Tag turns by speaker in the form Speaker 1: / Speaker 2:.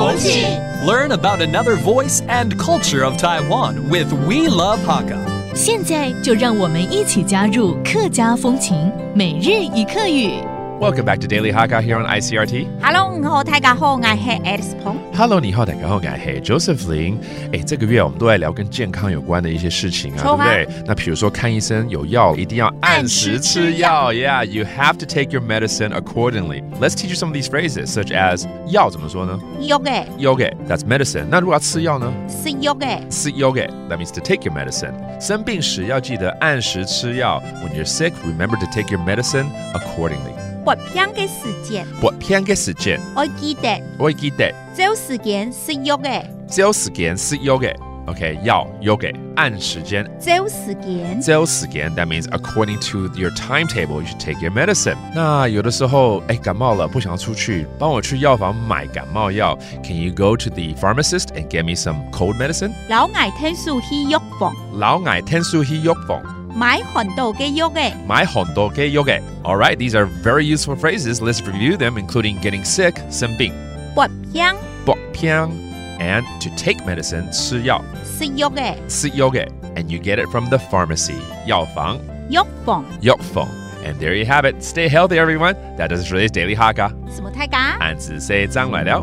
Speaker 1: Learn about another voice and culture of Taiwan with We Love Hakka.
Speaker 2: 现在就让我们一起加入客家风情每日一课语。
Speaker 3: Welcome back to Daily Hakka here on ICRT.
Speaker 4: Hello，你好，大家好，我是 Alex 彭。
Speaker 3: Hello，你好，大家好，我是 Joseph Lin。哎，这个月我们都在聊跟健康有关的一些事情啊，对
Speaker 4: 抽
Speaker 3: 不
Speaker 4: 吧
Speaker 3: 对？那比如说看医生有药，一定要按时吃药。Yeah, you have to take your medicine accordingly. Let's teach you some of these phrases, such as 药怎么说呢
Speaker 4: 药
Speaker 3: ？Yoga, that's medicine. 那如果要吃药呢？
Speaker 4: 是药诶，
Speaker 3: 吃 yoga, that means to take your medicine. 生病时要记得按时吃药。When you're sick, remember to take your medicine accordingly.
Speaker 4: 不偏嘅时间，
Speaker 3: 不偏嘅时间，
Speaker 4: 我记得
Speaker 3: 我记得。
Speaker 4: 这时间是药诶，
Speaker 3: 只有时间是 yoga。OK，要 yoga 按时间。
Speaker 4: 这时间
Speaker 3: 只有时间，that means according to your timetable, you should take your medicine。那有的时候，哎，感冒了不想要出去，帮我去药房买感冒药。Can you go to the pharmacist and get me some cold medicine？
Speaker 4: 老外听书去药房
Speaker 3: 老外天数去药房
Speaker 4: 买很多嘅药诶，
Speaker 3: 买很多嘅 yoga。All right, these are very useful phrases. Let's review them, including getting sick 生病、
Speaker 4: 不偏
Speaker 3: 不偏 and to take medicine 吃药。
Speaker 4: 是药诶，
Speaker 3: 吃 yoga and you get it from the pharmacy 药房
Speaker 4: 药房
Speaker 3: 药房 and there you have it stay healthy everyone that does it for today's daily haka
Speaker 4: 什么大家？
Speaker 3: 暗自say张来了